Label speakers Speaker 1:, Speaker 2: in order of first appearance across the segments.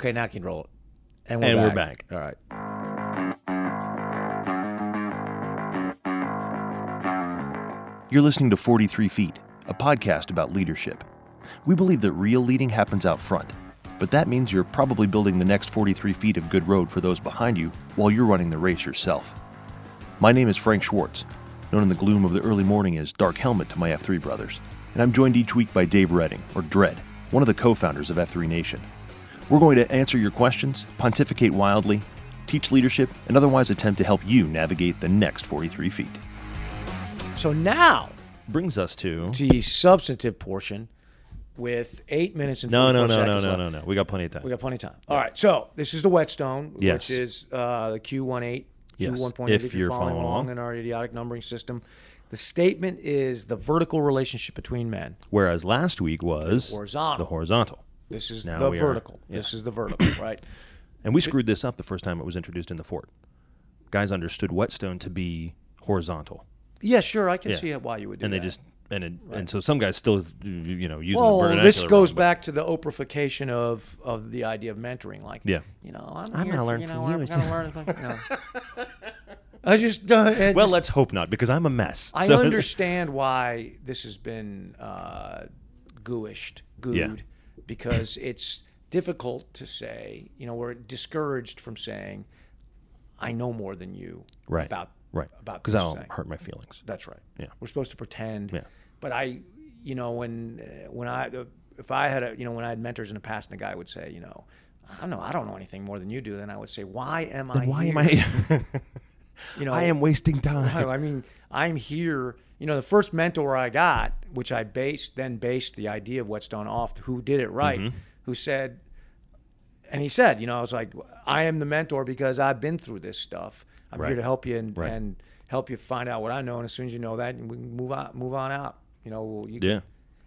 Speaker 1: Okay, now I can roll it.
Speaker 2: And we're
Speaker 1: All right.
Speaker 2: You're listening to 43 Feet, a podcast about leadership. We believe that real leading happens out front, but that means you're probably building the next 43 feet of good road for those behind you while you're running the race yourself. My name is Frank Schwartz, known in the gloom of the early morning as Dark Helmet to my F3 brothers, and I'm joined each week by Dave Redding, or Dread, one of the co founders of F3 Nation. We're going to answer your questions, pontificate wildly, teach leadership, and otherwise attempt to help you navigate the next 43 feet.
Speaker 1: So now
Speaker 2: Brings us to.
Speaker 1: to the substantive portion with eight minutes and
Speaker 2: No, no,
Speaker 1: 44
Speaker 2: no, no,
Speaker 1: seconds
Speaker 2: no,
Speaker 1: left.
Speaker 2: no, no. We got plenty of time.
Speaker 1: We got plenty of time. All right. So this is the whetstone,
Speaker 2: Yes.
Speaker 1: which is uh, the Q18,
Speaker 2: Yes,
Speaker 1: Q1.8.
Speaker 2: if
Speaker 1: If,
Speaker 2: you're
Speaker 1: you're following,
Speaker 2: following
Speaker 1: along
Speaker 2: along.
Speaker 1: in our idiotic numbering system, the statement is the vertical relationship between men.
Speaker 2: Whereas last week was
Speaker 1: Horizontal.
Speaker 2: The horizontal.
Speaker 1: This is
Speaker 2: Now
Speaker 1: the
Speaker 2: we are-
Speaker 1: vertical. This is the vertical, right?
Speaker 2: And we screwed this up the first time it was introduced in the fort. Guys understood whetstone to be horizontal,
Speaker 1: Yeah, sure. I can
Speaker 2: Yeah.
Speaker 1: see why you would do
Speaker 2: and they
Speaker 1: that.
Speaker 2: just and it, and so some guys still you know using the
Speaker 1: Well,
Speaker 2: vernacular.
Speaker 1: Oh, this goes
Speaker 2: wrong, but-
Speaker 1: back to the Oprahfication of of the idea of mentoring. Like,
Speaker 2: Yeah.
Speaker 1: you know, I'm,
Speaker 2: gonna
Speaker 1: here for-
Speaker 2: learn
Speaker 1: you
Speaker 2: from
Speaker 1: know,
Speaker 2: you.
Speaker 1: I'm gonna learn from no. I just don't. I
Speaker 2: Well,
Speaker 1: just-
Speaker 2: let's hope not because I'm a mess.
Speaker 1: I
Speaker 2: So-
Speaker 1: understand why this has been uh, gooished, gooed, because it's difficult to say. You know, we're discouraged from saying, "I know more than you."
Speaker 2: right
Speaker 1: About
Speaker 2: right
Speaker 1: about
Speaker 2: because
Speaker 1: this
Speaker 2: I'll
Speaker 1: thing.
Speaker 2: hurt my feelings.
Speaker 1: That's right.
Speaker 2: Yeah.
Speaker 1: We're supposed to pretend.
Speaker 2: Yeah.
Speaker 1: But I, you know, when uh, when I uh, if I had a you know when I had mentors in the past, and a guy would say, you know, I don't know, I don't know anything more than you do. Then I would say, why am I?
Speaker 2: Why am
Speaker 1: here?"
Speaker 2: I?
Speaker 1: You know,
Speaker 2: I am wasting
Speaker 1: I
Speaker 2: time.
Speaker 1: I mean, I'm here. You know, the first mentor I got, which I based then based the idea of whetstone off who did it right,
Speaker 2: Mm-hmm.
Speaker 1: who said, and he said, you know, I was like, I am the mentor because I've been through this stuff. I'm
Speaker 2: Right.
Speaker 1: here to help you and,
Speaker 2: Right.
Speaker 1: and help you find out what I know. And as soon as you know that, we can move on, move on out. You know, well, you,
Speaker 2: Yeah.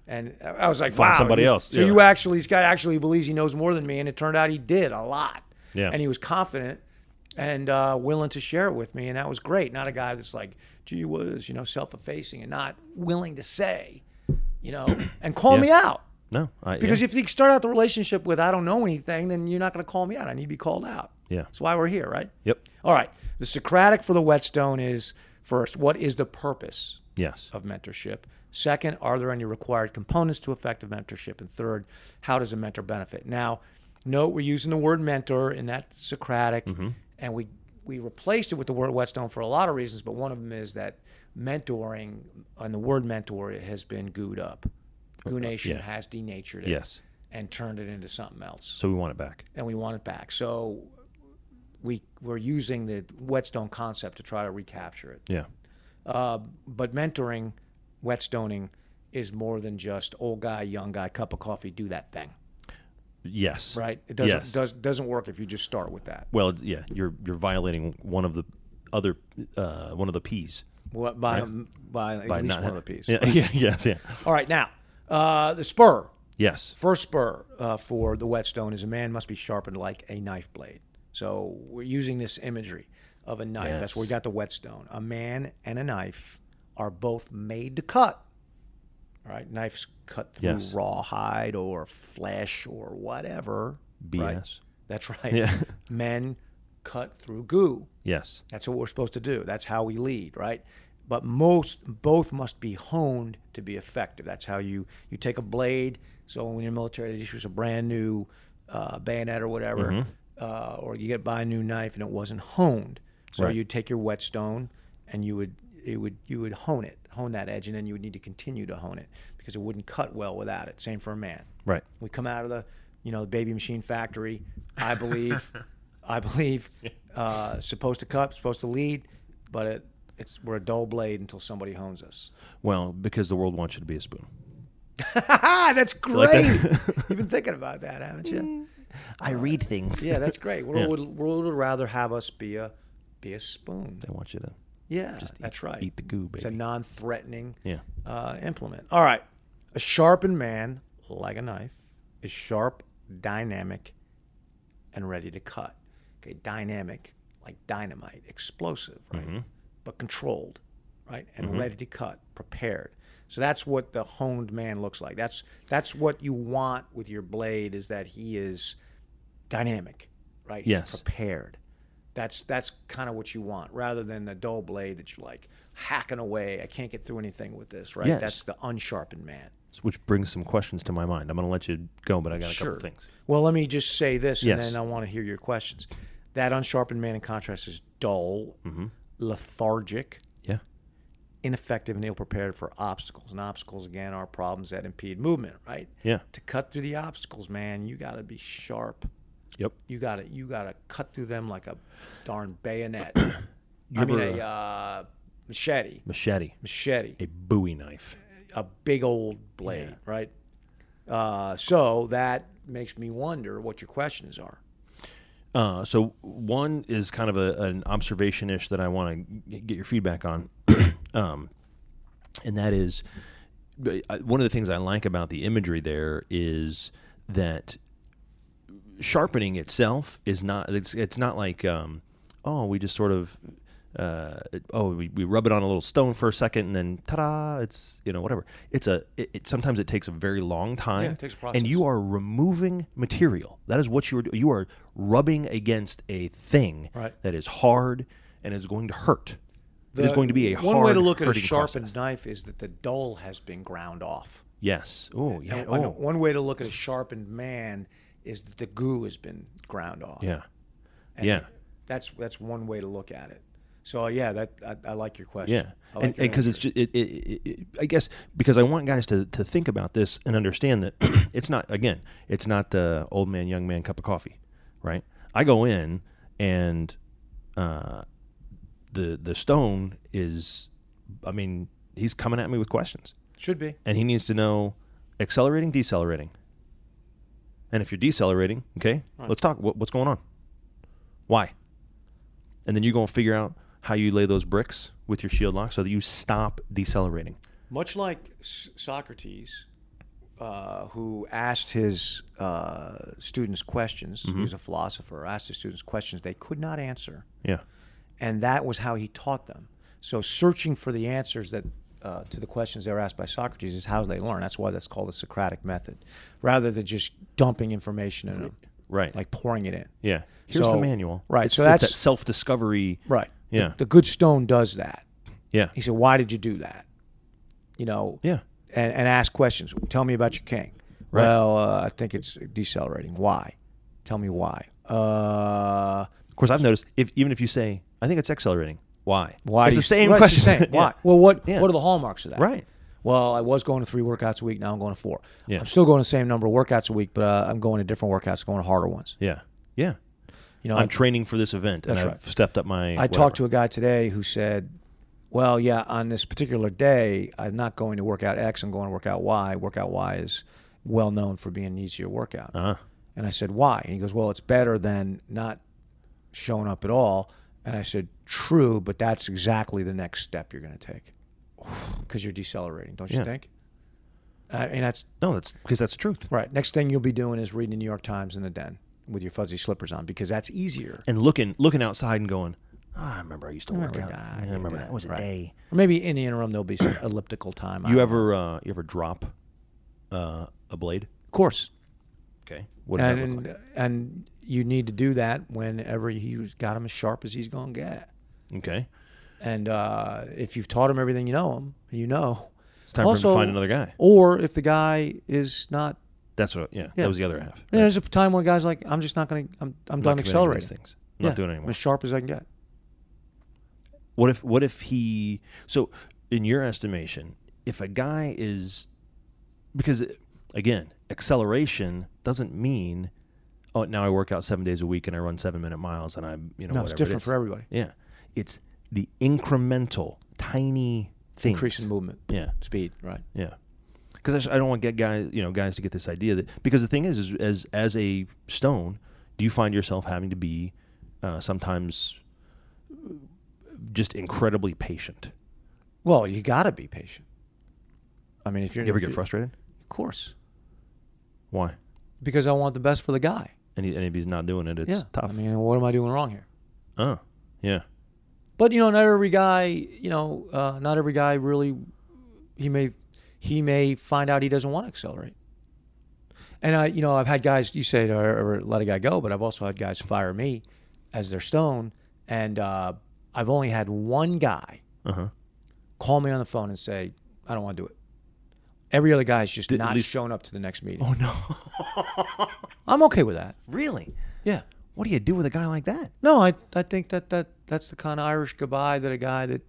Speaker 1: And I- I was like,
Speaker 2: Find
Speaker 1: wow,
Speaker 2: somebody
Speaker 1: you-
Speaker 2: else,
Speaker 1: So
Speaker 2: yeah.
Speaker 1: you actually, this guy actually believes he knows more than me, and it turned out he did a lot.
Speaker 2: Yeah.
Speaker 1: And he was confident and uh, willing to share it with me, and that was great. Not a guy that's like, gee whiz, you know, self-effacing and not willing to say, you know, and call me out.
Speaker 2: No, I,
Speaker 1: Because
Speaker 2: yeah.
Speaker 1: if you start out the relationship with I don't know anything, then you're not going to call me out. I need to be called out.
Speaker 2: Yeah.
Speaker 1: That's why we're here, right?
Speaker 2: Yep.
Speaker 1: All right. The Socratic for the whetstone is first, what is the purpose?
Speaker 2: Yes.
Speaker 1: of mentorship. Second, are there any required components to effective mentorship? And third, how does a mentor benefit? Now, note we're using the word mentor in that Socratic,
Speaker 2: Mm-hmm.
Speaker 1: and we we replaced it with the word Whetstone for a lot of reasons, but one of them is that mentoring and the word mentor has been gooed up. Goo Nation
Speaker 2: Uh, yeah.
Speaker 1: has denatured it
Speaker 2: Yes.
Speaker 1: and turned it into something else
Speaker 2: So we want it back.
Speaker 1: and we want it back. So we we're using the whetstone concept to try to recapture it.
Speaker 2: Yeah.
Speaker 1: Uh, but mentoring, whetstoning, is more than just old guy, young guy, cup of coffee, do that thing.
Speaker 2: Yes.
Speaker 1: Right? It doesn't
Speaker 2: Yes.
Speaker 1: does doesn't work if you just start with that.
Speaker 2: Well, it's- yeah, you're you're violating one of the other uh, one of the P's
Speaker 1: Well, by by at least one of the piece.
Speaker 2: Yeah, yeah, yes, yeah,
Speaker 1: All right, now uh, the spur.
Speaker 2: yes,
Speaker 1: First spur uh, for the whetstone is a man must be sharpened like a knife blade. So we're using this imagery of a knife. That's where we
Speaker 2: Yes.
Speaker 1: got the whetstone. A man and a knife are both made to cut. All right, knives cut through
Speaker 2: Yes.
Speaker 1: rawhide or flesh or whatever.
Speaker 2: BS,
Speaker 1: Right? That's right.
Speaker 2: Yeah.
Speaker 1: Men cut through goo.
Speaker 2: yes,
Speaker 1: That's what we're supposed to do. That's how we lead, right? But most both must be honed to be effective. That's how you you take a blade. So when you're in the military, they issues a brand new uh, bayonet or whatever, uh, or you get buy a new knife and it wasn't honed. So
Speaker 2: Right.
Speaker 1: you'd take your whetstone and you would it would you would hone it, hone that edge, and then you would need to continue to hone it because it wouldn't cut well without it. Same for a man.
Speaker 2: right,
Speaker 1: We come out of the, you know, the baby machine factory. I believe, I believe, uh, supposed to cut, supposed to lead, but it, it's we're a dull blade until somebody hones us.
Speaker 2: well, because the world wants you to be a spoon.
Speaker 1: that's great.
Speaker 2: that?
Speaker 1: You've been thinking about that, haven't
Speaker 2: Mm.
Speaker 1: you?
Speaker 2: I read things.
Speaker 1: Yeah, that's great. World would world would rather have us be a be a spoon.
Speaker 2: they want you to
Speaker 1: Yeah,
Speaker 2: just eat,
Speaker 1: that's right.
Speaker 2: Eat the goo,
Speaker 1: it's a
Speaker 2: baby.
Speaker 1: non-threatening.
Speaker 2: yeah,
Speaker 1: uh, implement. All right. A sharpened man, like a knife, is sharp, dynamic, and ready to cut. Okay, dynamic, like dynamite, explosive, right? But controlled, right? And ready to cut, prepared. So that's what the honed man looks like. That's that's what you want with your blade is that he is dynamic, right?
Speaker 2: Yes.
Speaker 1: He's prepared. That's that's kind of what you want, rather than the dull blade that you're like hacking away. I can't get through anything with this, right?
Speaker 2: Yes.
Speaker 1: That's the unsharpened man.
Speaker 2: Which brings some questions to my mind. I'm going to let you go, but I got a
Speaker 1: Sure.
Speaker 2: couple things.
Speaker 1: Well, let me just say this,
Speaker 2: Yes.
Speaker 1: and then I want to hear your questions. That unsharpened man, in contrast, is dull,
Speaker 2: Mm-hmm.
Speaker 1: lethargic,
Speaker 2: Yeah.
Speaker 1: ineffective, and ill-prepared for obstacles. And obstacles, again, are problems that impede movement, right?
Speaker 2: Yeah.
Speaker 1: To cut through the obstacles, man, you got to be sharp.
Speaker 2: Yep.
Speaker 1: You got to you got to cut through them like a darn bayonet.
Speaker 2: You
Speaker 1: I mean,
Speaker 2: ever,
Speaker 1: a uh, machete,
Speaker 2: machete,
Speaker 1: machete,
Speaker 2: a Bowie knife.
Speaker 1: a big old blade, right? Uh, so that makes me wonder what your questions are.
Speaker 2: Uh, so one is kind of a, an observation ish that I want to get your feedback on, um, and that is but I- one of the things I like about the imagery there is that sharpening itself is not it's, it's not like um, oh we just sort of uh, it- oh we, we rub it on a little stone for a second and then ta-da it's you know whatever it's a it, it sometimes it takes a very long time
Speaker 1: Yeah, it takes a process.
Speaker 2: and you are removing material that is what you are do- you are rubbing against a thing
Speaker 1: Right.
Speaker 2: that is hard and is going to hurt it is
Speaker 1: The-
Speaker 2: going to be a
Speaker 1: one
Speaker 2: hard
Speaker 1: way to look at a
Speaker 2: hurting
Speaker 1: sharpened
Speaker 2: process.
Speaker 1: knife is that the dull has been ground off.
Speaker 2: yes oh yeah
Speaker 1: And
Speaker 2: oh.
Speaker 1: one- One way to look at a sharpened man is that the goo has been ground off.
Speaker 2: Yeah. yeah.
Speaker 1: That's that's one way to look at it. So yeah, that I, I like your question.
Speaker 2: Yeah.
Speaker 1: I like
Speaker 2: And
Speaker 1: your
Speaker 2: because it's just, it, it, it, it- I guess, because I want guys to, to think about this and understand that it's not, again, it's not the old man, young man cup of coffee, right? I go in and uh, the, the stone is, I mean, he's coming at me with questions
Speaker 1: answer. should be
Speaker 2: and he needs to know accelerating, decelerating. And if you're decelerating, okay, let's talk. What, what's going on? Why? And then you're going to figure out how you lay those bricks with your shield lock so that you stop decelerating.
Speaker 1: much like S- Socrates, uh, who asked his uh, students questions.
Speaker 2: Mm-hmm.
Speaker 1: He was a philosopher. Asked his students questions they could not answer.
Speaker 2: Yeah.
Speaker 1: and that was how he taught them. So searching for the answers that uh, to the questions they were asked by Socrates is how they learn. That's why that's called the Socratic method, rather than just dumping information in them,
Speaker 2: Right.
Speaker 1: like pouring it in.
Speaker 2: yeah. Here's
Speaker 1: so-
Speaker 2: the manual.
Speaker 1: right,
Speaker 2: It's,
Speaker 1: so
Speaker 2: it's
Speaker 1: that's-
Speaker 2: that self discovery.
Speaker 1: Right.
Speaker 2: Yeah.
Speaker 1: The good stone does that.
Speaker 2: Yeah.
Speaker 1: He said, "Why did you do that?" You know.
Speaker 2: Yeah.
Speaker 1: And, and ask questions. Tell me about your king.
Speaker 2: Right.
Speaker 1: Well, uh, I think it's decelerating. Why? Tell me why. Uh,
Speaker 2: Of course, I've noticed if even if you say, I think it's accelerating, why?
Speaker 1: Why
Speaker 2: It's
Speaker 1: do
Speaker 2: the
Speaker 1: you-
Speaker 2: same
Speaker 1: right, it's the
Speaker 2: question.
Speaker 1: same.
Speaker 2: Yeah.
Speaker 1: Why? Well, what
Speaker 2: Yeah.
Speaker 1: what are the hallmarks of that?
Speaker 2: Right.
Speaker 1: Well, I was going to three workouts a week. Now I'm going to four.
Speaker 2: Yeah.
Speaker 1: I'm still going to the same number of workouts a week, but uh, I'm going to different workouts, going to harder ones.
Speaker 2: Yeah. Yeah.
Speaker 1: You know,
Speaker 2: I'm
Speaker 1: I,
Speaker 2: training for this event and
Speaker 1: That's
Speaker 2: I've
Speaker 1: right.
Speaker 2: stepped up my.
Speaker 1: I talked to a guy today who said, "Well, yeah, on this particular day, I'm not going to workout X. I'm going to workout Y. Workout Y is well known for being an easier workout."
Speaker 2: Uh,
Speaker 1: And I said, "Why?" And he goes, "Well, it's better than not showing up at all." And I said, "True, but that's exactly the next step you're going to take because you're decelerating, don't you
Speaker 2: Yeah.
Speaker 1: think?" I mean, that's
Speaker 2: no, that's because that's the truth.
Speaker 1: Right. Next thing you'll be doing is reading the New York Times in the den with your fuzzy slippers on because that's easier.
Speaker 2: and looking looking outside and going, "Ah, I remember I used to work out.
Speaker 1: that. I
Speaker 2: Yeah, I
Speaker 1: did
Speaker 2: remember
Speaker 1: that."
Speaker 2: that, was a
Speaker 1: Right.
Speaker 2: day.
Speaker 1: Or maybe in the interim there'll be some elliptical time.
Speaker 2: You ever uh, you ever drop uh, a blade?
Speaker 1: of course,
Speaker 2: Okay, what did
Speaker 1: and
Speaker 2: that look
Speaker 1: and, and you need to do that whenever he's got him as sharp as he's gonna get.
Speaker 2: like? Okay,
Speaker 1: And uh, if you've taught him everything you know him, you know.
Speaker 2: it's time for him
Speaker 1: Also-
Speaker 2: to find another guy.
Speaker 1: Or if the guy is not,
Speaker 2: That's what. Yeah, that was the other half. Right.
Speaker 1: there's a time when a guy's like, I'm just not gonna, I'm, I'm,
Speaker 2: Not
Speaker 1: done
Speaker 2: committing to these
Speaker 1: accelerating.
Speaker 2: things. I'm
Speaker 1: Yeah,
Speaker 2: Not doing it
Speaker 1: I'm
Speaker 2: anymore.
Speaker 1: as sharp as I can get.
Speaker 2: What if what if he? So, in your estimation, if a guy is, because again, acceleration doesn't mean, oh, now I work out seven days a week and I run seven minute miles and I'm you know
Speaker 1: No,
Speaker 2: whatever
Speaker 1: it's
Speaker 2: it
Speaker 1: different
Speaker 2: is.
Speaker 1: for everybody.
Speaker 2: Yeah. It's the incremental, tiny things.
Speaker 1: Increase in movement,
Speaker 2: Yeah.
Speaker 1: speed, right?
Speaker 2: Yeah. Because I, don't want to get guys, you know, guys to get this idea that because the thing is, is as as a stone, do you find yourself having to be uh, sometimes uh, just incredibly patient?
Speaker 1: Well, you got to be patient. I mean, if you're
Speaker 2: You ever
Speaker 1: if
Speaker 2: get
Speaker 1: you-
Speaker 2: frustrated?
Speaker 1: of course,
Speaker 2: Why?
Speaker 1: because I want the best for the guy.
Speaker 2: And, he, and if he's not doing it, it's
Speaker 1: yeah,
Speaker 2: tough.
Speaker 1: I mean, what am I doing wrong here?
Speaker 2: uh, yeah,
Speaker 1: But you know, not every guy, you know, uh, not every guy really. He may, he may find out he doesn't want to accelerate. And I, you know, I've had guys. You say to or or let a guy go, but I've also had guys fire me as their stone. And uh, I've only had one guy
Speaker 2: Uh-huh.
Speaker 1: call me on the phone and say, "I don't want to do it." Every other guy's just not
Speaker 2: least-
Speaker 1: shown up to the next meeting.
Speaker 2: Oh no.
Speaker 1: I'm okay with that.
Speaker 2: really?
Speaker 1: Yeah.
Speaker 2: What do you do with a guy like that?
Speaker 1: No, I I think that that that's the kind of Irish goodbye that a guy that,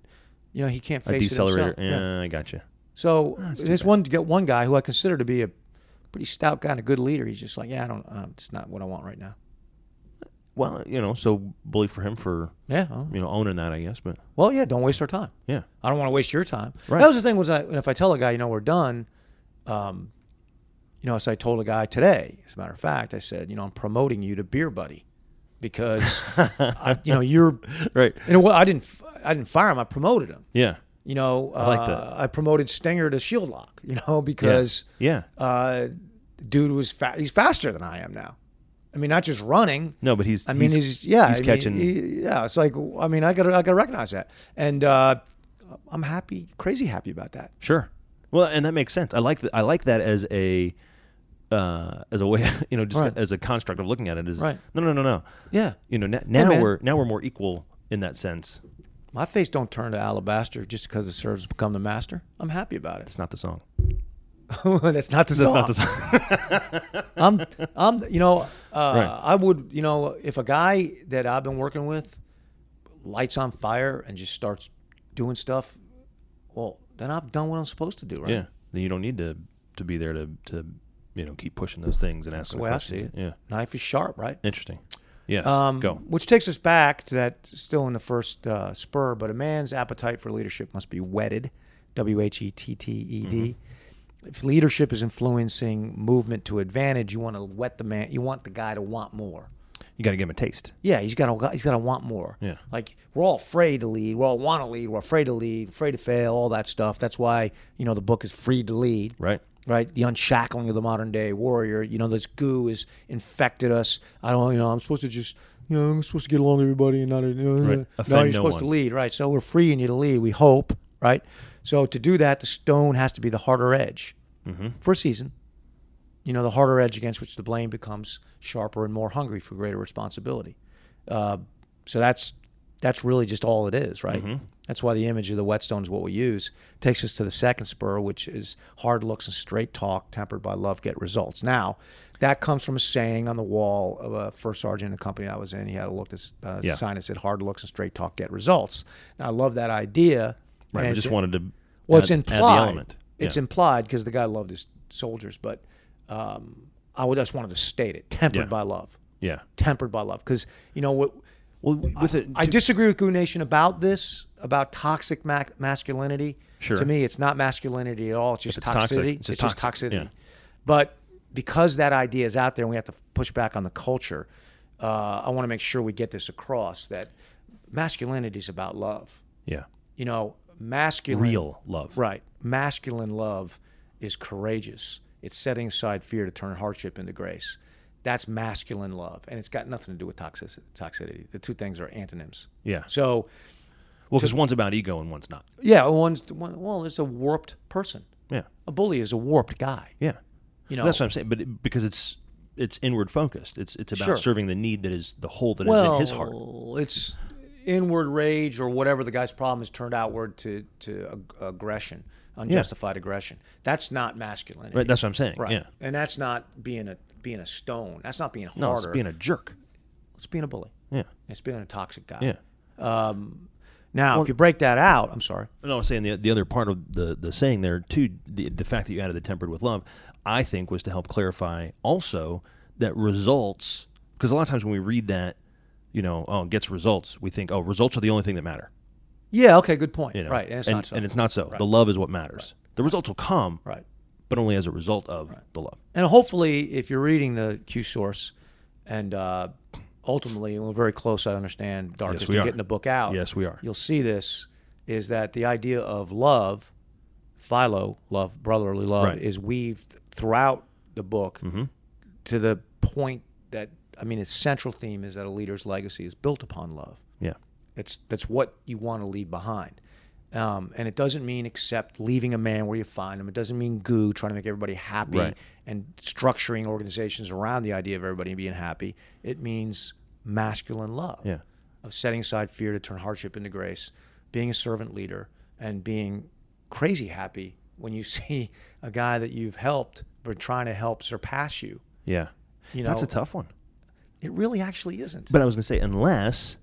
Speaker 1: you know, he can't face
Speaker 2: Decelerator.
Speaker 1: it himself.
Speaker 2: Yeah, I got you.
Speaker 1: So
Speaker 2: Ah,
Speaker 1: there's one get one guy who I consider to be a pretty stout guy and a good leader. He's just like, yeah, I don't, uh, it's not what I want right now.
Speaker 2: Well, you know, so bully for him for
Speaker 1: Yeah. oh,
Speaker 2: you know owning that, I guess. But
Speaker 1: Well, yeah. Don't waste our time.
Speaker 2: yeah,
Speaker 1: I don't want to waste your time.
Speaker 2: Right.
Speaker 1: That was the thing was I, if I tell a guy, you know, we're done, um, you know, so I told a guy today, as a matter of fact, I said, you know, I'm promoting you to beer buddy because, I, you know, you're,
Speaker 2: right.
Speaker 1: you know, well, I didn't, f- I didn't fire him. I promoted him.
Speaker 2: Yeah,
Speaker 1: You know, I,
Speaker 2: like
Speaker 1: uh,
Speaker 2: that.
Speaker 1: I promoted Stinger to Shield Lock, you know, because
Speaker 2: yeah.
Speaker 1: uh, dude was fa- he's faster than I am now. I mean, not just running.
Speaker 2: No, but he's.
Speaker 1: I mean, he's, yeah,
Speaker 2: he's
Speaker 1: I mean,
Speaker 2: catching-
Speaker 1: he- yeah, it's like I mean, I gotta I gotta recognize that, and uh, I'm happy, crazy happy about that.
Speaker 2: Sure. Well, and that makes sense. I like th- I like that as a uh, as a way, you know, just
Speaker 1: Right.
Speaker 2: as a construct of looking at it. Is
Speaker 1: Right.
Speaker 2: no, no, no, no.
Speaker 1: Yeah,
Speaker 2: You know, n- now
Speaker 1: man.
Speaker 2: we're now we're more equal in that sense.
Speaker 1: my face don't turn to alabaster just because the serves become the master. I'm happy about it.
Speaker 2: It's not the song.
Speaker 1: That's not the song.
Speaker 2: Not the song.
Speaker 1: I'm, I'm, you know, uh,
Speaker 2: Right.
Speaker 1: I would, you know, if a guy that I've been working with lights on fire and just starts doing stuff, well, then I've done what I'm supposed to do, right?
Speaker 2: yeah. Then you don't need to to be there to to you know keep pushing those things and asking
Speaker 1: the way I
Speaker 2: questions.
Speaker 1: see
Speaker 2: Yeah.
Speaker 1: Knife is sharp, right?
Speaker 2: Interesting. Yes.
Speaker 1: Um,
Speaker 2: Go.
Speaker 1: Which takes us back to that still in the first uh, spur, but a man's appetite for leadership must be whetted. W H E T T E D. If leadership is influencing movement to advantage, you want to wet the man. You want the guy to want more.
Speaker 2: You got to give him a taste.
Speaker 1: Yeah, he's got to he's got to want more.
Speaker 2: Yeah.
Speaker 1: like we're all afraid to lead. We all want to lead. We're afraid to lead. Afraid to fail. All that stuff. That's why you know the book is free to lead
Speaker 2: Right.
Speaker 1: right? The unshackling of the modern day warrior. You know, this goo has infected us. I don't, you know, I'm supposed to just, you know, I'm supposed to get along with everybody and not, you know,
Speaker 2: Right.
Speaker 1: no,
Speaker 2: Offend
Speaker 1: you're
Speaker 2: no
Speaker 1: supposed to
Speaker 2: one.
Speaker 1: lead, right? So we're freeing you to lead. We hope, right? So to do that, the stone has to be the harder edge
Speaker 2: Mm-hmm.
Speaker 1: for a season. You know, the harder edge against which the blame becomes sharper and more hungry for greater responsibility. Uh, so that's that's really just all it is, right?
Speaker 2: Mm-hmm.
Speaker 1: That's why the image of the whetstone is what we use. Takes us to the second spur, which is hard looks and straight talk, tempered by love, get results. Now, that comes from a saying on the wall of a first sergeant in a company I was in. He had a look this uh,
Speaker 2: Yeah.
Speaker 1: sign that said "Hard looks and straight talk get results." Now, I love that idea.
Speaker 2: Right.
Speaker 1: and
Speaker 2: I
Speaker 1: it's-
Speaker 2: just wanted to.
Speaker 1: well, it's
Speaker 2: add- add
Speaker 1: implied.
Speaker 2: the element.
Speaker 1: It's implied because the guy loved his soldiers, but um, I would just wanted to state it: tempered
Speaker 2: Yeah.
Speaker 1: by love,
Speaker 2: yeah.
Speaker 1: tempered by love. Because you know what?
Speaker 2: Well, with it,
Speaker 1: I disagree with Goo Nation about this, about toxic ma- masculinity.
Speaker 2: Sure.
Speaker 1: To me, it's not masculinity at all. It's just
Speaker 2: it's
Speaker 1: toxicity.
Speaker 2: toxic,
Speaker 1: It's just, toxicity.
Speaker 2: yeah.
Speaker 1: But because that idea is out there, and we have to push back on the culture, uh, I want to make sure we get this across that masculinity is about love.
Speaker 2: yeah.
Speaker 1: You know, masculine
Speaker 2: Real love.
Speaker 1: Right. Masculine love is courageous. It's setting aside fear to turn hardship into grace. That's masculine love, and it's got nothing to do with toxic- toxicity. The two things are antonyms.
Speaker 2: Yeah.
Speaker 1: So,
Speaker 2: Well, because one's about ego and one's not.
Speaker 1: yeah, one's one, well, it's a warped person.
Speaker 2: Yeah.
Speaker 1: A bully is a warped guy.
Speaker 2: Yeah.
Speaker 1: You know,
Speaker 2: That's what I'm saying. But it, because it's it's inward focused, it's it's about
Speaker 1: Sure.
Speaker 2: serving the need that is the hole that is
Speaker 1: well,
Speaker 2: in his heart.
Speaker 1: It's inward rage or whatever the guy's problem is turned outward to to ag- aggression, unjustified aggression. That's not masculinity.
Speaker 2: Right. That's what I'm saying.
Speaker 1: Right.
Speaker 2: Yeah.
Speaker 1: And that's not being a being a stone. That's not being harder.
Speaker 2: No, it's being a jerk.
Speaker 1: it's being a bully.
Speaker 2: Yeah.
Speaker 1: It's being a toxic guy. Um,
Speaker 2: Yeah.
Speaker 1: Now, if you break that out, I'm sorry.
Speaker 2: No, I'm saying the the other part of the the saying there too, the the fact that you added the tempered with love, I think was to help clarify also that results because a lot of times when we read that, you know, oh, it gets results, we think, oh, results are the only thing that matter.
Speaker 1: Yeah. Okay. Good point.
Speaker 2: You know?
Speaker 1: Right. And it's not so.
Speaker 2: and it's not so. The love is what matters. The results will come,
Speaker 1: right.
Speaker 2: but only as a result of the love.
Speaker 1: And hopefully, if you're reading the Q source, and uh, ultimately, and we're very close. I understand darkness
Speaker 2: we
Speaker 1: to
Speaker 2: are.
Speaker 1: getting the book out.
Speaker 2: Yes, we are.
Speaker 1: You'll see this is that the idea of love, philo love, brotherly love,
Speaker 2: Right. Mm-hmm.
Speaker 1: is weaved throughout the book to the point that I mean, its central theme is that a leader's legacy is built upon love.
Speaker 2: Yeah.
Speaker 1: It's that's what you want to leave behind. Um, and it doesn't mean except leaving a man where you find him. It doesn't mean goo, trying to make everybody happy
Speaker 2: Right.
Speaker 1: and structuring organizations around the idea of everybody being happy. It means masculine love
Speaker 2: Yeah.
Speaker 1: of setting aside fear to turn hardship into grace, being a servant leader, and being crazy happy when you see a guy that you've helped but trying to help surpass you.
Speaker 2: Yeah.
Speaker 1: You know,
Speaker 2: That's a tough one.
Speaker 1: It really actually isn't.
Speaker 2: But I was going to say, unless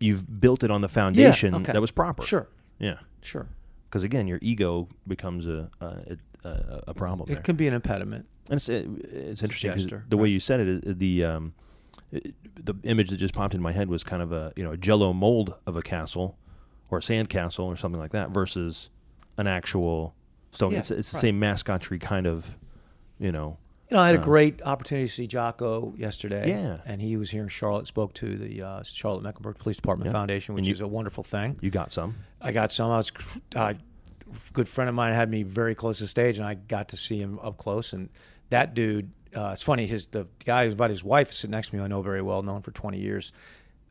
Speaker 2: you've built it on the foundation
Speaker 1: okay.
Speaker 2: that was proper.
Speaker 1: sure,
Speaker 2: Yeah.
Speaker 1: sure.
Speaker 2: Because again, your ego becomes a a, a- a, a problem there.
Speaker 1: It can be an impediment.
Speaker 2: and it's, it, it's interesting 'cause
Speaker 1: gesture,
Speaker 2: the way you said it, it- the um, it- the image that just popped in my head was kind of a you know a Jello mold of a castle or a sand castle or something like that versus an actual stone.
Speaker 1: Yeah,
Speaker 2: it's it's the
Speaker 1: right.
Speaker 2: same mascotry kind of, you know.
Speaker 1: You know, I had a great opportunity to see Jocko yesterday.
Speaker 2: Yeah.
Speaker 1: And he was here in Charlotte, spoke to the uh, Charlotte Mecklenburg Police Department Foundation, which is a wonderful thing.
Speaker 2: You got some.
Speaker 1: I got some. I was uh, good friend of mine had me very close to stage, and I got to see him up close. And that dude, uh, it's funny. His the guy who's about his wife sitting next to me, who I know very well, known for twenty years.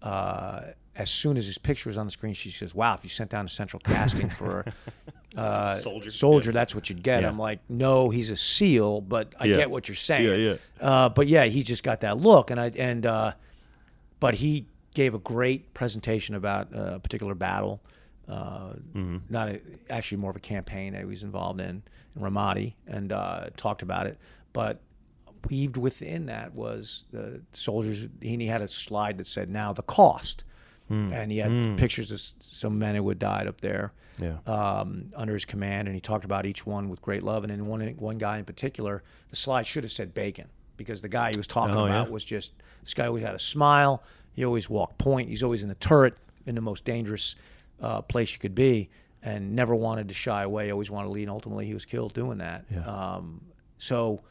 Speaker 1: Uh, as soon as his picture is on the screen, she says, "Wow, if you sent down to central casting for uh, soldier, soldier, that's what you'd get."
Speaker 2: Yeah.
Speaker 1: I'm like, "No, he's a SEAL, but I
Speaker 2: Yeah.
Speaker 1: get what you're saying."
Speaker 2: Yeah, yeah.
Speaker 1: Uh, but yeah, he just got that look, and I and uh, but he gave a great presentation about uh, a particular battle, uh, not a, actually more of a campaign that he was involved in in Ramadi, and uh, talked about it. But weaved within that was the soldiers. He, he had a slide that said, "Now the cost," and he had pictures of s- some men who had died up there
Speaker 2: Yeah.
Speaker 1: um, under his command, and he talked about each one with great love. And then one one guy in particular, the slide should have said bacon because the guy he was talking
Speaker 2: Oh,
Speaker 1: about
Speaker 2: yeah.
Speaker 1: was just this guy always had a smile. He always walked point. He's always in the turret in the most dangerous uh, place you could be, and never wanted to shy away. Always wanted to lead. And ultimately, he was killed doing that. Um, so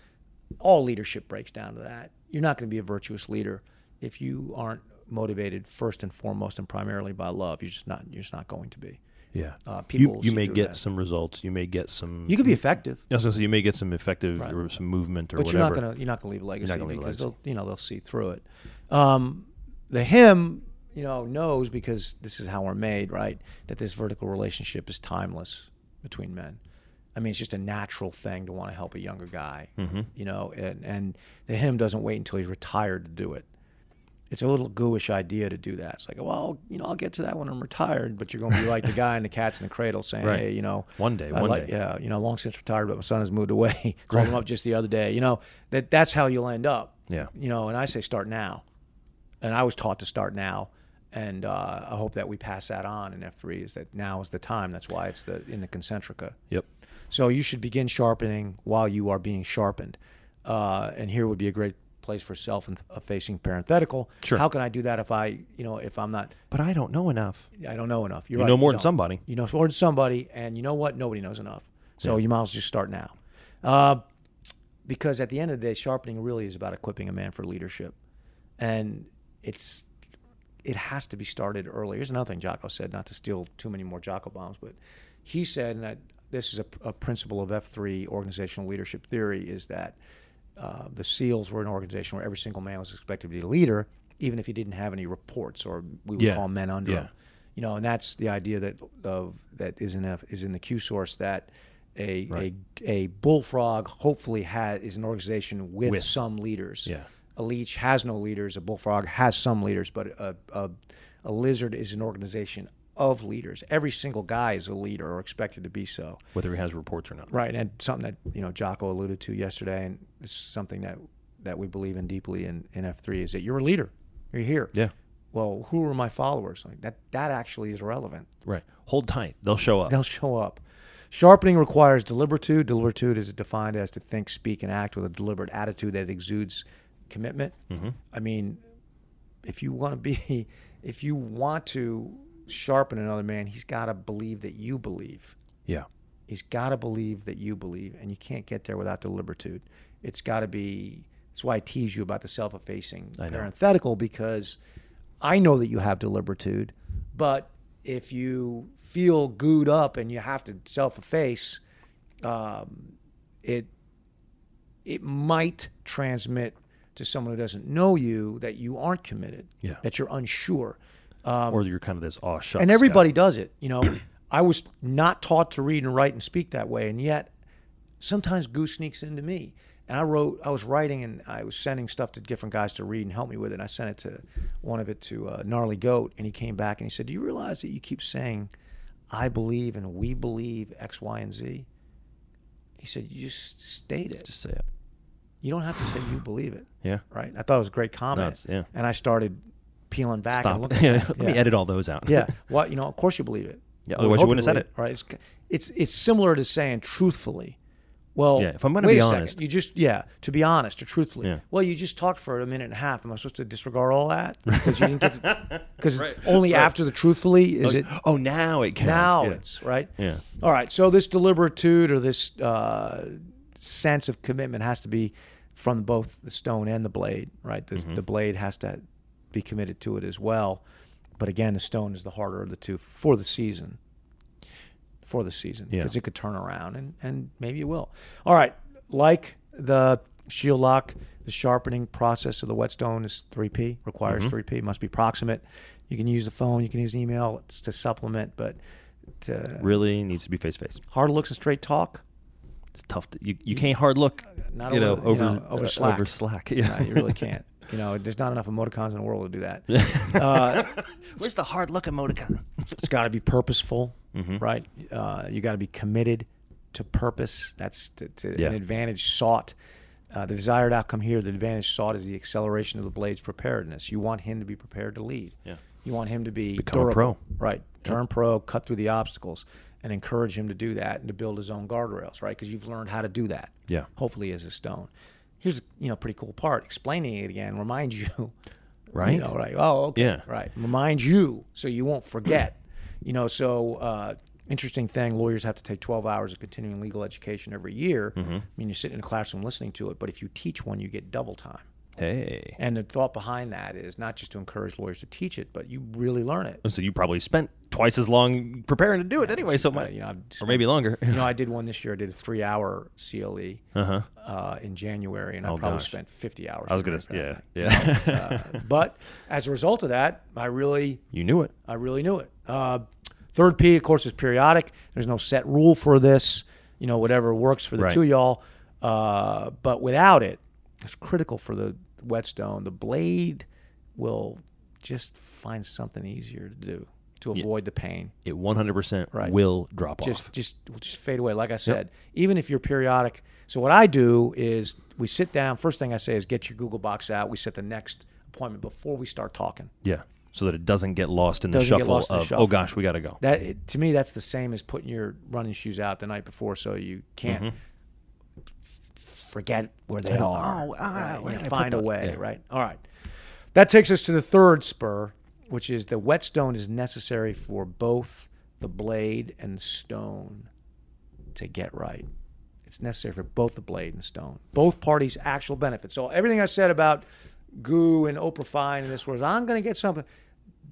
Speaker 1: all leadership breaks down to that. You're not going to be a virtuous leader if you aren't motivated first and foremost and primarily by love. You're just not. You're just not going to be.
Speaker 2: yeah.
Speaker 1: Uh,
Speaker 2: you
Speaker 1: people
Speaker 2: you
Speaker 1: see
Speaker 2: may
Speaker 1: through
Speaker 2: get
Speaker 1: that.
Speaker 2: some results. You may get some.
Speaker 1: You could be effective.
Speaker 2: I was gonna say, you may get some effective or some movement or
Speaker 1: but
Speaker 2: whatever.
Speaker 1: you're not gonna you're not gonna leave a legacy
Speaker 2: gonna leave a
Speaker 1: because they'll you know they'll see through it. Um, the hymn, you know, knows because this is how we're made, right? That this vertical relationship is timeless between men. I mean, it's just a natural thing to want to help a younger guy,
Speaker 2: Mm-hmm.
Speaker 1: you know, and and the hymn doesn't wait until he's retired to do it. It's a little gooish idea to do that. It's like, well, you know, I'll get to that when I'm retired, but you're going to be like the guy in the cat's in the cradle saying,
Speaker 2: Right.
Speaker 1: hey, you know,
Speaker 2: One day,
Speaker 1: I
Speaker 2: one
Speaker 1: like-
Speaker 2: day.
Speaker 1: Yeah, uh, you know, long since retired, but my son has moved away. Called him up just the other day. You know that that's how you'll end up.
Speaker 2: Yeah.
Speaker 1: You know, and I say start now, and I was taught to start now, and uh, I hope that we pass that on in F three is that now is the time. That's why it's the in the concentrica.
Speaker 2: Yep.
Speaker 1: So you should begin sharpening while you are being sharpened. Uh, and here would be a great place for self and uh, facing parenthetical.
Speaker 2: Sure.
Speaker 1: How can I do that if I, you know, if I'm not,
Speaker 2: But I don't know enough.
Speaker 1: I don't know enough. You're
Speaker 2: You
Speaker 1: right,
Speaker 2: know more than
Speaker 1: don't.
Speaker 2: somebody.
Speaker 1: You know more than somebody, and you know what? Nobody knows enough. So you might as well just start now. Uh, because at the end of the day, sharpening really is about equipping a man for leadership. And it's it has to be started early. Here's another thing Jocko said, not to steal too many more Jocko bombs, but he said, and I, this is a, a principle of F3 organizational leadership theory, is that uh, the SEALs were an organization where every single man was expected to be a leader, even if he didn't have any reports or we would
Speaker 2: Yeah.
Speaker 1: call men under
Speaker 2: Yeah.
Speaker 1: him you know, and that's the idea that of that is in a, is in the Q source that a a a bullfrog hopefully has is an organization with, some leaders.
Speaker 2: Yeah.
Speaker 1: A leech has no leaders. A bullfrog has some leaders, but a, a a lizard is an organization of leaders. Every single guy is a leader or expected to be so.
Speaker 2: whether he has reports or not.
Speaker 1: Right, and something that you know Jocko alluded to yesterday, and it's something that that we believe in deeply in, in F three is that you're a leader. You're here.
Speaker 2: Yeah.
Speaker 1: Well, who are my followers? Like that that actually is relevant.
Speaker 2: Right. Hold tight. They'll show up.
Speaker 1: They'll show up. Sharpening requires deliberitude. Deliberitude is defined as to think, speak, and act with a deliberate attitude that exudes commitment. I mean, if you want to be, if you want to sharpen another man, he's got to believe that you believe.
Speaker 2: yeah.
Speaker 1: He's got to believe that you believe, and you can't get there without deliberitude. It's got to be. That's why I tease you about the self-effacing parenthetical because I know that you have deliberitude, but if you feel gooed up and you have to self-efface, um, it it might transmit to someone who doesn't know you that you aren't committed,
Speaker 2: Yeah.
Speaker 1: that you're unsure. Um,
Speaker 2: or you're kind of this aw shucks.
Speaker 1: And everybody does it. You know, I was not taught to read and write and speak that way, and yet sometimes goo sneaks into me. And I wrote, I was writing, and I was sending stuff to different guys to read and help me with it. And I sent it to one of it to uh, Gnarly Goat, and he came back and he said, "Do you realize that you keep saying, I believe and we believe X, Y, and Z?" He said, "You just state it.
Speaker 3: Just say it.
Speaker 1: You don't have to say you believe it,
Speaker 3: Yeah.
Speaker 1: right?" I thought it was a great comment,
Speaker 3: Nuts, yeah.
Speaker 1: and I started peeling back. And
Speaker 3: Stop.
Speaker 1: looking
Speaker 3: Yeah,
Speaker 1: at it.
Speaker 3: Let me
Speaker 1: Yeah.
Speaker 3: edit all those out.
Speaker 1: Yeah. Well, you know, of course you believe it.
Speaker 3: Yeah,
Speaker 1: Well, we
Speaker 3: otherwise you
Speaker 1: hope
Speaker 3: wouldn't have said
Speaker 1: believe Right. It's it's it's similar to saying truthfully. Well,
Speaker 3: Yeah, if I'm gonna
Speaker 1: wait
Speaker 3: be
Speaker 1: a second,
Speaker 3: honest.
Speaker 1: you just yeah, to be honest or truthfully.
Speaker 3: Yeah.
Speaker 1: Well, you just talked for a minute and a half. Am I supposed to disregard all that because you didn't get because only after the truthfully is it
Speaker 3: oh, now it counts.
Speaker 1: now
Speaker 3: Yeah.
Speaker 1: it's right.
Speaker 3: Yeah.
Speaker 1: All right. So this deliberitude or this uh, sense of commitment has to be from both the stone and the blade, right? The, the blade has to be committed to it as well. But again, the stone is the harder of the two for the season. For the season,
Speaker 3: Yeah.
Speaker 1: because it could turn around, and and maybe it will. All right. Like the shield lock, the sharpening process of the whetstone is 3P, requires 3P, must be proximate. You can use the phone, you can use email it's to supplement, but to
Speaker 3: really needs to be face to face.
Speaker 1: hard looks and straight talk.
Speaker 3: It's tough. To, you you can't hard look.
Speaker 1: Not
Speaker 3: you know
Speaker 1: over- you
Speaker 3: over
Speaker 1: know, over
Speaker 3: uh,
Speaker 1: Slack.
Speaker 3: Over Slack. Yeah.
Speaker 1: No, Uh, you really can't. You know, there's not enough emoticons in the world to do that. Uh,
Speaker 3: Where's the hard look emoticon?
Speaker 1: it's got to be purposeful,
Speaker 3: Mm-hmm.
Speaker 1: right? Uh, you got to be committed to purpose. That's to, to
Speaker 3: Yeah.
Speaker 1: an advantage sought. Uh, the desired outcome here, the advantage sought, is the acceleration of the blade's preparedness. You want him to be prepared to lead.
Speaker 3: Yeah.
Speaker 1: You want him to be
Speaker 3: Become a
Speaker 1: durable,
Speaker 3: pro.
Speaker 1: right? Turn pro, cut through the obstacles, and encourage him to do that and to build his own guardrails, right? Because you've learned how to do that.
Speaker 3: Yeah.
Speaker 1: Hopefully, as a stone. Here's you know pretty cool part. Explaining it again reminds you
Speaker 3: Right.
Speaker 1: you know, right. Oh, okay.
Speaker 3: Yeah.
Speaker 1: Right. Remind you so you won't forget. you know, so uh, interesting thing lawyers have to take 12 hours of continuing legal education every year.
Speaker 3: Mm-hmm.
Speaker 1: I mean, you're sitting in a classroom listening to it, but if you teach one, you get double time.
Speaker 3: Hey.
Speaker 1: And the thought behind that is not just to encourage lawyers to teach it, but you really learn it.
Speaker 3: So you probably spent twice as long preparing to do it anyway. So it
Speaker 1: Uh,
Speaker 3: might,
Speaker 1: you know, I've
Speaker 3: or maybe longer.
Speaker 1: you know, I did one this year. I did a three-hour CLE uh in January, and I probably
Speaker 3: Uh-huh. Oh, gosh.
Speaker 1: spent 50 hours.
Speaker 3: I was gonna.
Speaker 1: preparing
Speaker 3: s-
Speaker 1: for
Speaker 3: Yeah.
Speaker 1: that
Speaker 3: Yeah.
Speaker 1: thing. But as a result of that, I really
Speaker 3: you knew it.
Speaker 1: I really knew it. Uh, third P, of course, is periodic. There's no set rule for this. You know, whatever works for the
Speaker 3: Right.
Speaker 1: two of y'all. Uh, but without it, it's critical for the whetstone. The blade will just find something easier to do to avoid the pain.
Speaker 3: It 100%
Speaker 1: Right.
Speaker 3: will drop
Speaker 1: Just,
Speaker 3: off.
Speaker 1: just, will just fade away. Like I said, even if you're periodic. So what I do is we sit down. First thing I say is get your Google Box out. We set the next appointment before we start talking.
Speaker 3: Yeah. So that it doesn't get lost in the
Speaker 1: Doesn't get
Speaker 3: shuffle
Speaker 1: lost in the
Speaker 3: of
Speaker 1: shuffle.
Speaker 3: oh gosh, we got to go.
Speaker 1: That it, to me, that's the same as putting your running shoes out the night before, so you can't f- forget where they are.
Speaker 3: oh, ah,
Speaker 1: right?
Speaker 3: where
Speaker 1: You
Speaker 3: did I put
Speaker 1: find a
Speaker 3: those?
Speaker 1: way,
Speaker 3: Yeah.
Speaker 1: right? All right. That takes us to the third spur, which is the whetstone is necessary for both the blade and the stone to get right. It's necessary for both the blade and stone, both parties' actual benefit. So everything I said about goo and Oprah Fine and this was I'm going to get something,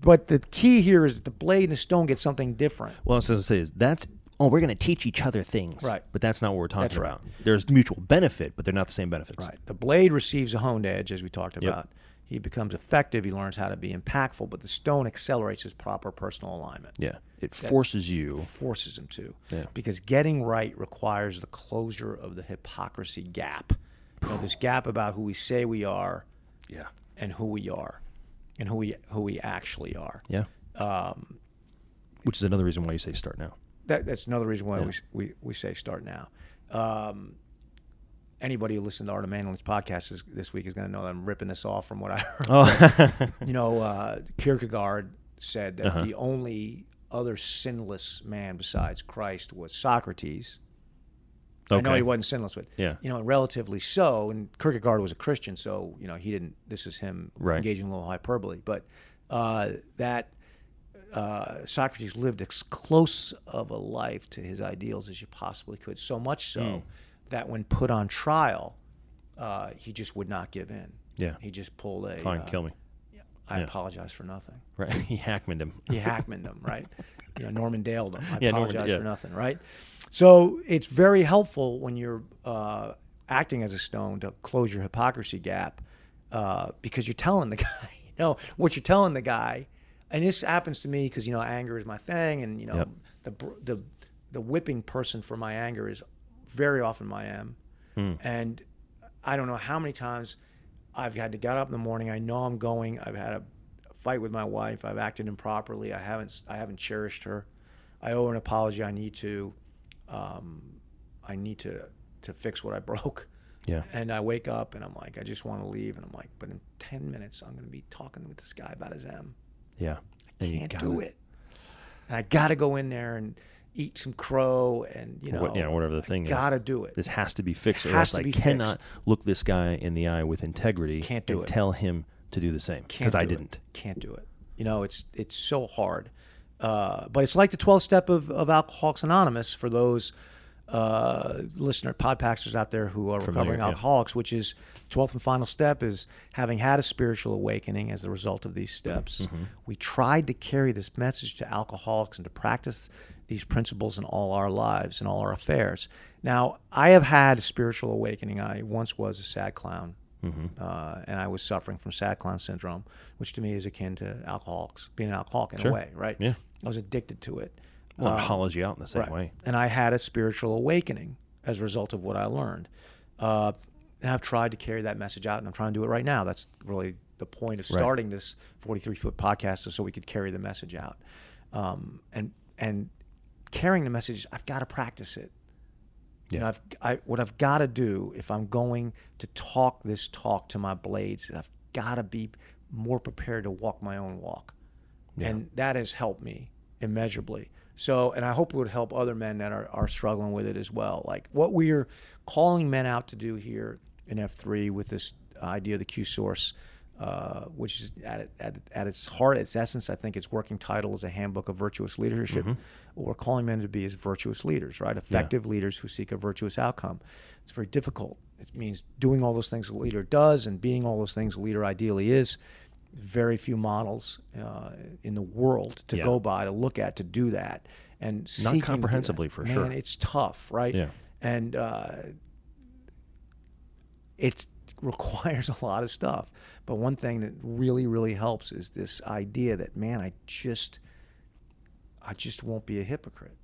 Speaker 1: but the key here is that the blade and the stone get something different.
Speaker 3: Well, I was going to say is that's oh we're going to teach each other things,
Speaker 1: Right.
Speaker 3: But that's not what we're talking
Speaker 1: right.
Speaker 3: about. There's mutual benefit, but they're not the same benefits.
Speaker 1: Right. The blade receives a honed edge, as we talked about. He becomes effective. He learns how to be impactful, but the stone accelerates his proper personal alignment.
Speaker 3: Yeah. It forces you.
Speaker 1: Forces him to. Because getting right requires the closure of the hypocrisy gap. You know, this gap about who we say we are
Speaker 3: Yeah.
Speaker 1: and who we are and who we who we actually are.
Speaker 3: Yeah. Um, Which is another reason why you say start now.
Speaker 1: That, that's another reason why we, we, we say start now. Um, anybody who listened to Art of Manliness podcast is, this week is going to know that I'm ripping this off from what I heard.
Speaker 3: Oh.
Speaker 1: you know, uh, Kierkegaard said that
Speaker 3: Uh-huh.
Speaker 1: the only other sinless man besides Christ was Socrates. I know
Speaker 3: Okay.
Speaker 1: he wasn't sinless, but
Speaker 3: Yeah.
Speaker 1: you know, and relatively so. And Kierkegaard was a Christian, so you know he didn't. This is him
Speaker 3: Right.
Speaker 1: engaging in a little hyperbole, but uh, that uh, Socrates lived as close of a life to his ideals as you possibly could. So much so
Speaker 3: Hmm.
Speaker 1: that when put on trial, uh, he just would not give in.
Speaker 3: Yeah.
Speaker 1: he just pulled a
Speaker 3: Fine,
Speaker 1: uh,
Speaker 3: kill me.
Speaker 1: I apologize for nothing.
Speaker 3: Right. he hackmaned him.
Speaker 1: He Hackman them, right? You know, Norman Dale them. I
Speaker 3: Yeah, Norman-
Speaker 1: apologize
Speaker 3: yeah.
Speaker 1: for nothing, right? So it's very helpful when you're uh, acting as a stone to close your hypocrisy gap uh, because you're telling the guy, you know, what you're telling the guy. and this happens to me because you know anger is my thing, and you know
Speaker 3: Yep.
Speaker 1: the br- the the whipping person for my anger is very often my am,
Speaker 3: Hmm.
Speaker 1: and I don't know how many times I've had to get up in the morning. I know I'm going. I've had a fight with my wife. I've acted improperly. I haven't I haven't cherished her. I owe her an apology. I need to, um, I need to to fix what I broke.
Speaker 3: Yeah.
Speaker 1: And I wake up and I'm like, I just want to leave. And I'm like, but in 10 minutes, I'm going to be talking with this guy about his M.
Speaker 3: Yeah.
Speaker 1: I
Speaker 3: And you
Speaker 1: can't
Speaker 3: gotta-
Speaker 1: do it. And I got to go in there and eat some crow and, you know,
Speaker 3: What- yeah, whatever the thing is.
Speaker 1: got to do it.
Speaker 3: This has to be fixed, or
Speaker 1: has
Speaker 3: else
Speaker 1: to
Speaker 3: I
Speaker 1: be
Speaker 3: cannot
Speaker 1: fixed.
Speaker 3: look this guy in the eye with integrity.
Speaker 1: Can't do
Speaker 3: and
Speaker 1: it.
Speaker 3: Tell him to do the same
Speaker 1: Can't
Speaker 3: because I
Speaker 1: do it.
Speaker 3: didn't.
Speaker 1: Can't do it. You know, it's it's so hard. Uh, but it's like the 12 step of, of Alcoholics Anonymous for those uh, listener podpackers out there who are recovering
Speaker 3: yeah.
Speaker 1: alcoholics, which is 12th and final step is having had a spiritual awakening as the result of these steps.
Speaker 3: Mm-hmm.
Speaker 1: We tried to carry this message to alcoholics and to practice these principles in all our lives and all our affairs. Now, I have had a spiritual awakening. I once was a sad clown
Speaker 3: Mm-hmm.
Speaker 1: uh, and I was suffering from sad clown syndrome, which to me is akin to alcoholics, being an alcoholic in a way, right?
Speaker 3: Yeah.
Speaker 1: I was addicted to it.
Speaker 3: Well, it hollows you out in the same way.
Speaker 1: And I had a spiritual awakening as a result of what I learned. Uh, and I've tried to carry that message out, and I'm trying to do it right now. That's really the point of starting this 43 foot podcast, is so we could carry the message out. Um, and and carrying the message, I've got to practice it. You know, I've, I, what I've got to do if I'm going to talk this talk to my blades, is I've got to be more prepared to walk my own walk. And that has helped me immeasurably. So, and I hope it would help other men that are, are struggling with it as well. Like what we are calling men out to do here in F3 with this idea of the Q source, uh, which is at, at, at its heart, its essence, I think its working title is a handbook of virtuous leadership. What we're calling men to be is virtuous leaders, right? Effective leaders who seek a virtuous outcome. It's very difficult. It means doing all those things a leader does and being all those things a leader ideally is very few models uh, in the world to
Speaker 3: Yeah.
Speaker 1: go by to look at to do that and seeking to do that.
Speaker 3: comprehensively, for
Speaker 1: Man,
Speaker 3: sure.
Speaker 1: it's tough right
Speaker 3: Yeah.
Speaker 1: and uh, it requires a lot of stuff but one thing that really really helps is this idea that man i just i just won't be a hypocrite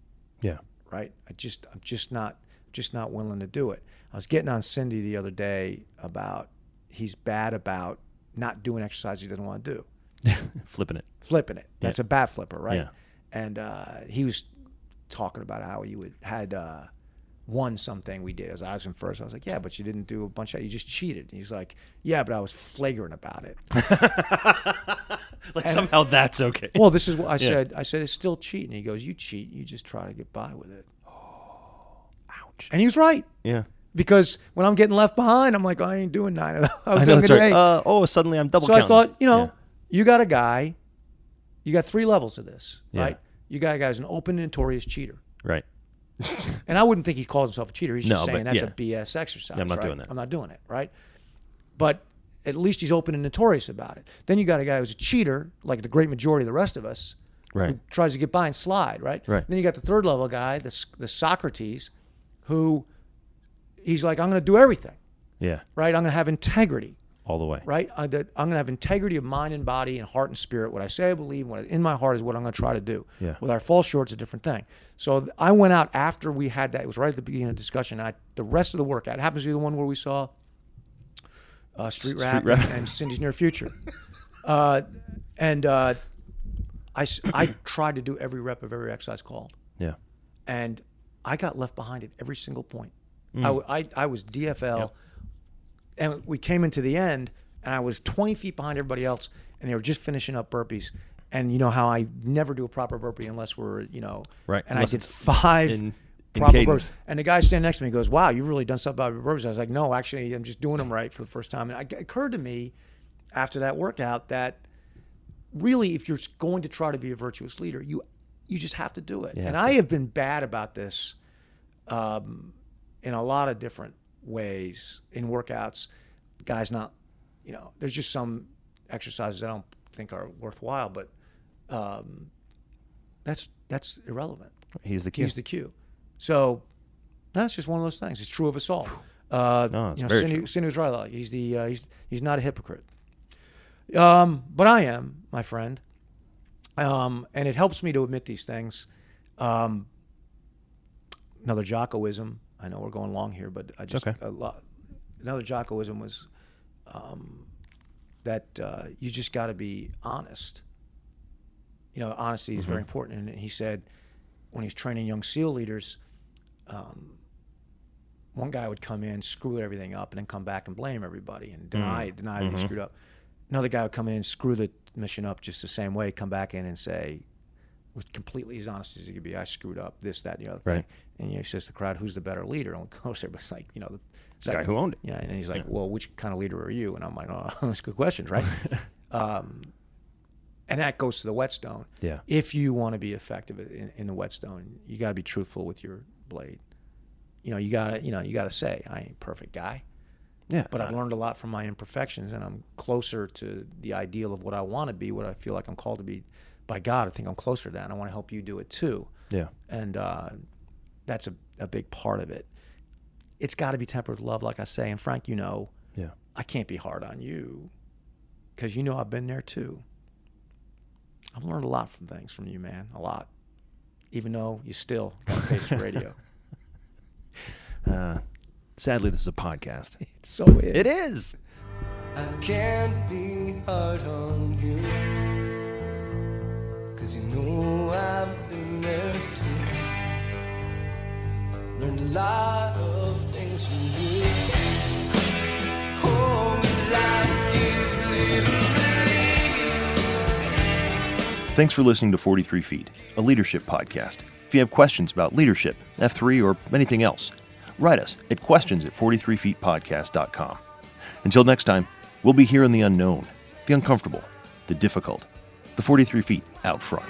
Speaker 3: Yeah.
Speaker 1: right? I just I'm just not just not willing to do it. I was getting on Cindy the other day about he's bad about not doing exercise he doesn't want to do,
Speaker 3: Flipping it.
Speaker 1: flipping it. That's a bat flipper, right?
Speaker 3: Yeah.
Speaker 1: And uh, he was talking about how he would had uh, won something we did. As I was in first, I was like, "Yeah, but you didn't do a bunch of you just cheated." And he's like, "Yeah, but I was flagrant about it."
Speaker 3: Like somehow that's okay.
Speaker 1: well, this is what I said. I said it's still cheating. He goes, "You cheat. You just try to get by with it."
Speaker 3: Ouch.
Speaker 1: And he was right.
Speaker 3: Yeah.
Speaker 1: because when I'm getting left behind, I'm like, I ain't doing nine of those.
Speaker 3: I know that's right. Uh, oh, suddenly I'm double
Speaker 1: so I
Speaker 3: counting.
Speaker 1: thought, you know,
Speaker 3: Yeah.
Speaker 1: you got a guy, you got three levels of this,
Speaker 3: Yeah.
Speaker 1: right? You got a guy who's an open, notorious cheater.
Speaker 3: Right.
Speaker 1: And I wouldn't think he calls himself a cheater. He's just
Speaker 3: No,
Speaker 1: saying
Speaker 3: but
Speaker 1: that's
Speaker 3: yeah.
Speaker 1: a BS exercise.
Speaker 3: Yeah, I'm not
Speaker 1: right?
Speaker 3: doing that.
Speaker 1: I'm not doing it, right? But at least he's open and notorious about it. Then you got a guy who's a cheater, like the great majority of the rest of us,
Speaker 3: Right.
Speaker 1: who tries to get by and slide, right?
Speaker 3: Right.
Speaker 1: Then you got the third level guy, the, the Socrates, who he's like, I'm going to do everything
Speaker 3: Yeah.
Speaker 1: right? I'm going to have integrity,
Speaker 3: All the way.
Speaker 1: right? I, that I'm going to have integrity of mind and body and heart and spirit. What I say I believe, what I, in my heart is what I'm going to try to do.
Speaker 3: Yeah.
Speaker 1: Whether I fall short, it's a different thing. So th- I went out after we had that. It was right at the beginning of the discussion. I, the rest of the workout it happens to be the one where we saw uh, Street, Rap,
Speaker 3: Rap.
Speaker 1: And, and Cindy's Near Future. Uh, and uh, I, s- I tried to do every rep of every exercise called
Speaker 3: Yeah.
Speaker 1: and I got left behind at every single point.
Speaker 3: Mm.
Speaker 1: I w I I I, was DFL, and we came into the end, and I was 20 feet behind everybody else, and they were just finishing up burpees. And you know how I never do a proper burpee unless we're you know
Speaker 3: Right,
Speaker 1: And
Speaker 3: unless
Speaker 1: I did
Speaker 3: it's
Speaker 1: five
Speaker 3: in- in
Speaker 1: proper burpees.
Speaker 3: cadence.
Speaker 1: And the guy standing next to me goes, "Wow, you've really done something about your burpees." I was like, "No, actually, I'm just doing them right for the first time." And it occurred to me after that workout that really if you're going to try to be a virtuous leader you you just have to do it and i have been bad about this um, in a lot of different ways in workouts guys not you know there's just some exercises i don't think are worthwhile but um, that's that's irrelevant
Speaker 3: He's the key.
Speaker 1: he's the cue so that's just one of those things it's true of us all uh,
Speaker 3: No, it's
Speaker 1: you know,
Speaker 3: very
Speaker 1: Cindy,
Speaker 3: true.
Speaker 1: Cindy was right like, he's the uh, he's he's not a hypocrite um, but i am my friend Um, and it helps me to admit these things. Um, another Jockoism. I know we're going long here, but I just
Speaker 3: okay.
Speaker 1: a lot. Another Jockoism was um, that uh, you just got to be honest. You know, honesty is
Speaker 3: Mm-hmm.
Speaker 1: very important. And he said when he was training young SEAL leaders, um, one guy would come in, screw everything up, and then come back and blame everybody and deny it, deny that he screwed up. Another guy would come in and screw the mission up just the same way, come back in and say, with completely as honest as he could be, I screwed up this, that, and the other thing.
Speaker 3: Right.
Speaker 1: And you know, he says to the crowd, "Who's the better leader?" And of course, everybody's like, "You know, the second-
Speaker 3: who owned it.
Speaker 1: Yeah, and he's like, "Well, which kind of leader are you?" And I'm like, "Oh, that's good questions, right?" um, and that goes to the whetstone.
Speaker 3: Yeah.
Speaker 1: If you want to be effective in, in the whetstone, you got to be truthful with your blade. You know, you gotta, you know, you gotta say, "I ain't a perfect guy."
Speaker 3: Yeah.
Speaker 1: but I've learned a lot from my imperfections, and I'm closer to the ideal of what I want to be, what I feel like I'm called to be by God. I think I'm closer to that, and I want to help you do it too.
Speaker 3: yeah.
Speaker 1: And uh, that's a, a big part of it. It's got to be tempered with love, like I say. And Frank, you know,
Speaker 3: Yeah.
Speaker 1: I can't be hard on you because you know I've been there too. I've learned a lot from things from you, man, a lot. Even though you still got a face for radio,
Speaker 3: Sadly, this is a podcast.
Speaker 1: it so is.
Speaker 3: It is.
Speaker 4: I can't be hard on you. Cause you know I've been there too. Learned a lot of things from you. Oh, life gives little relief.
Speaker 2: Thanks for listening to 43 Feet, a leadership podcast. If you have questions about leadership, F3, or anything else, write us at questions at 43feetpodcast.com. Until next time, we'll be here in the unknown, the uncomfortable, the difficult, the 43 feet out front.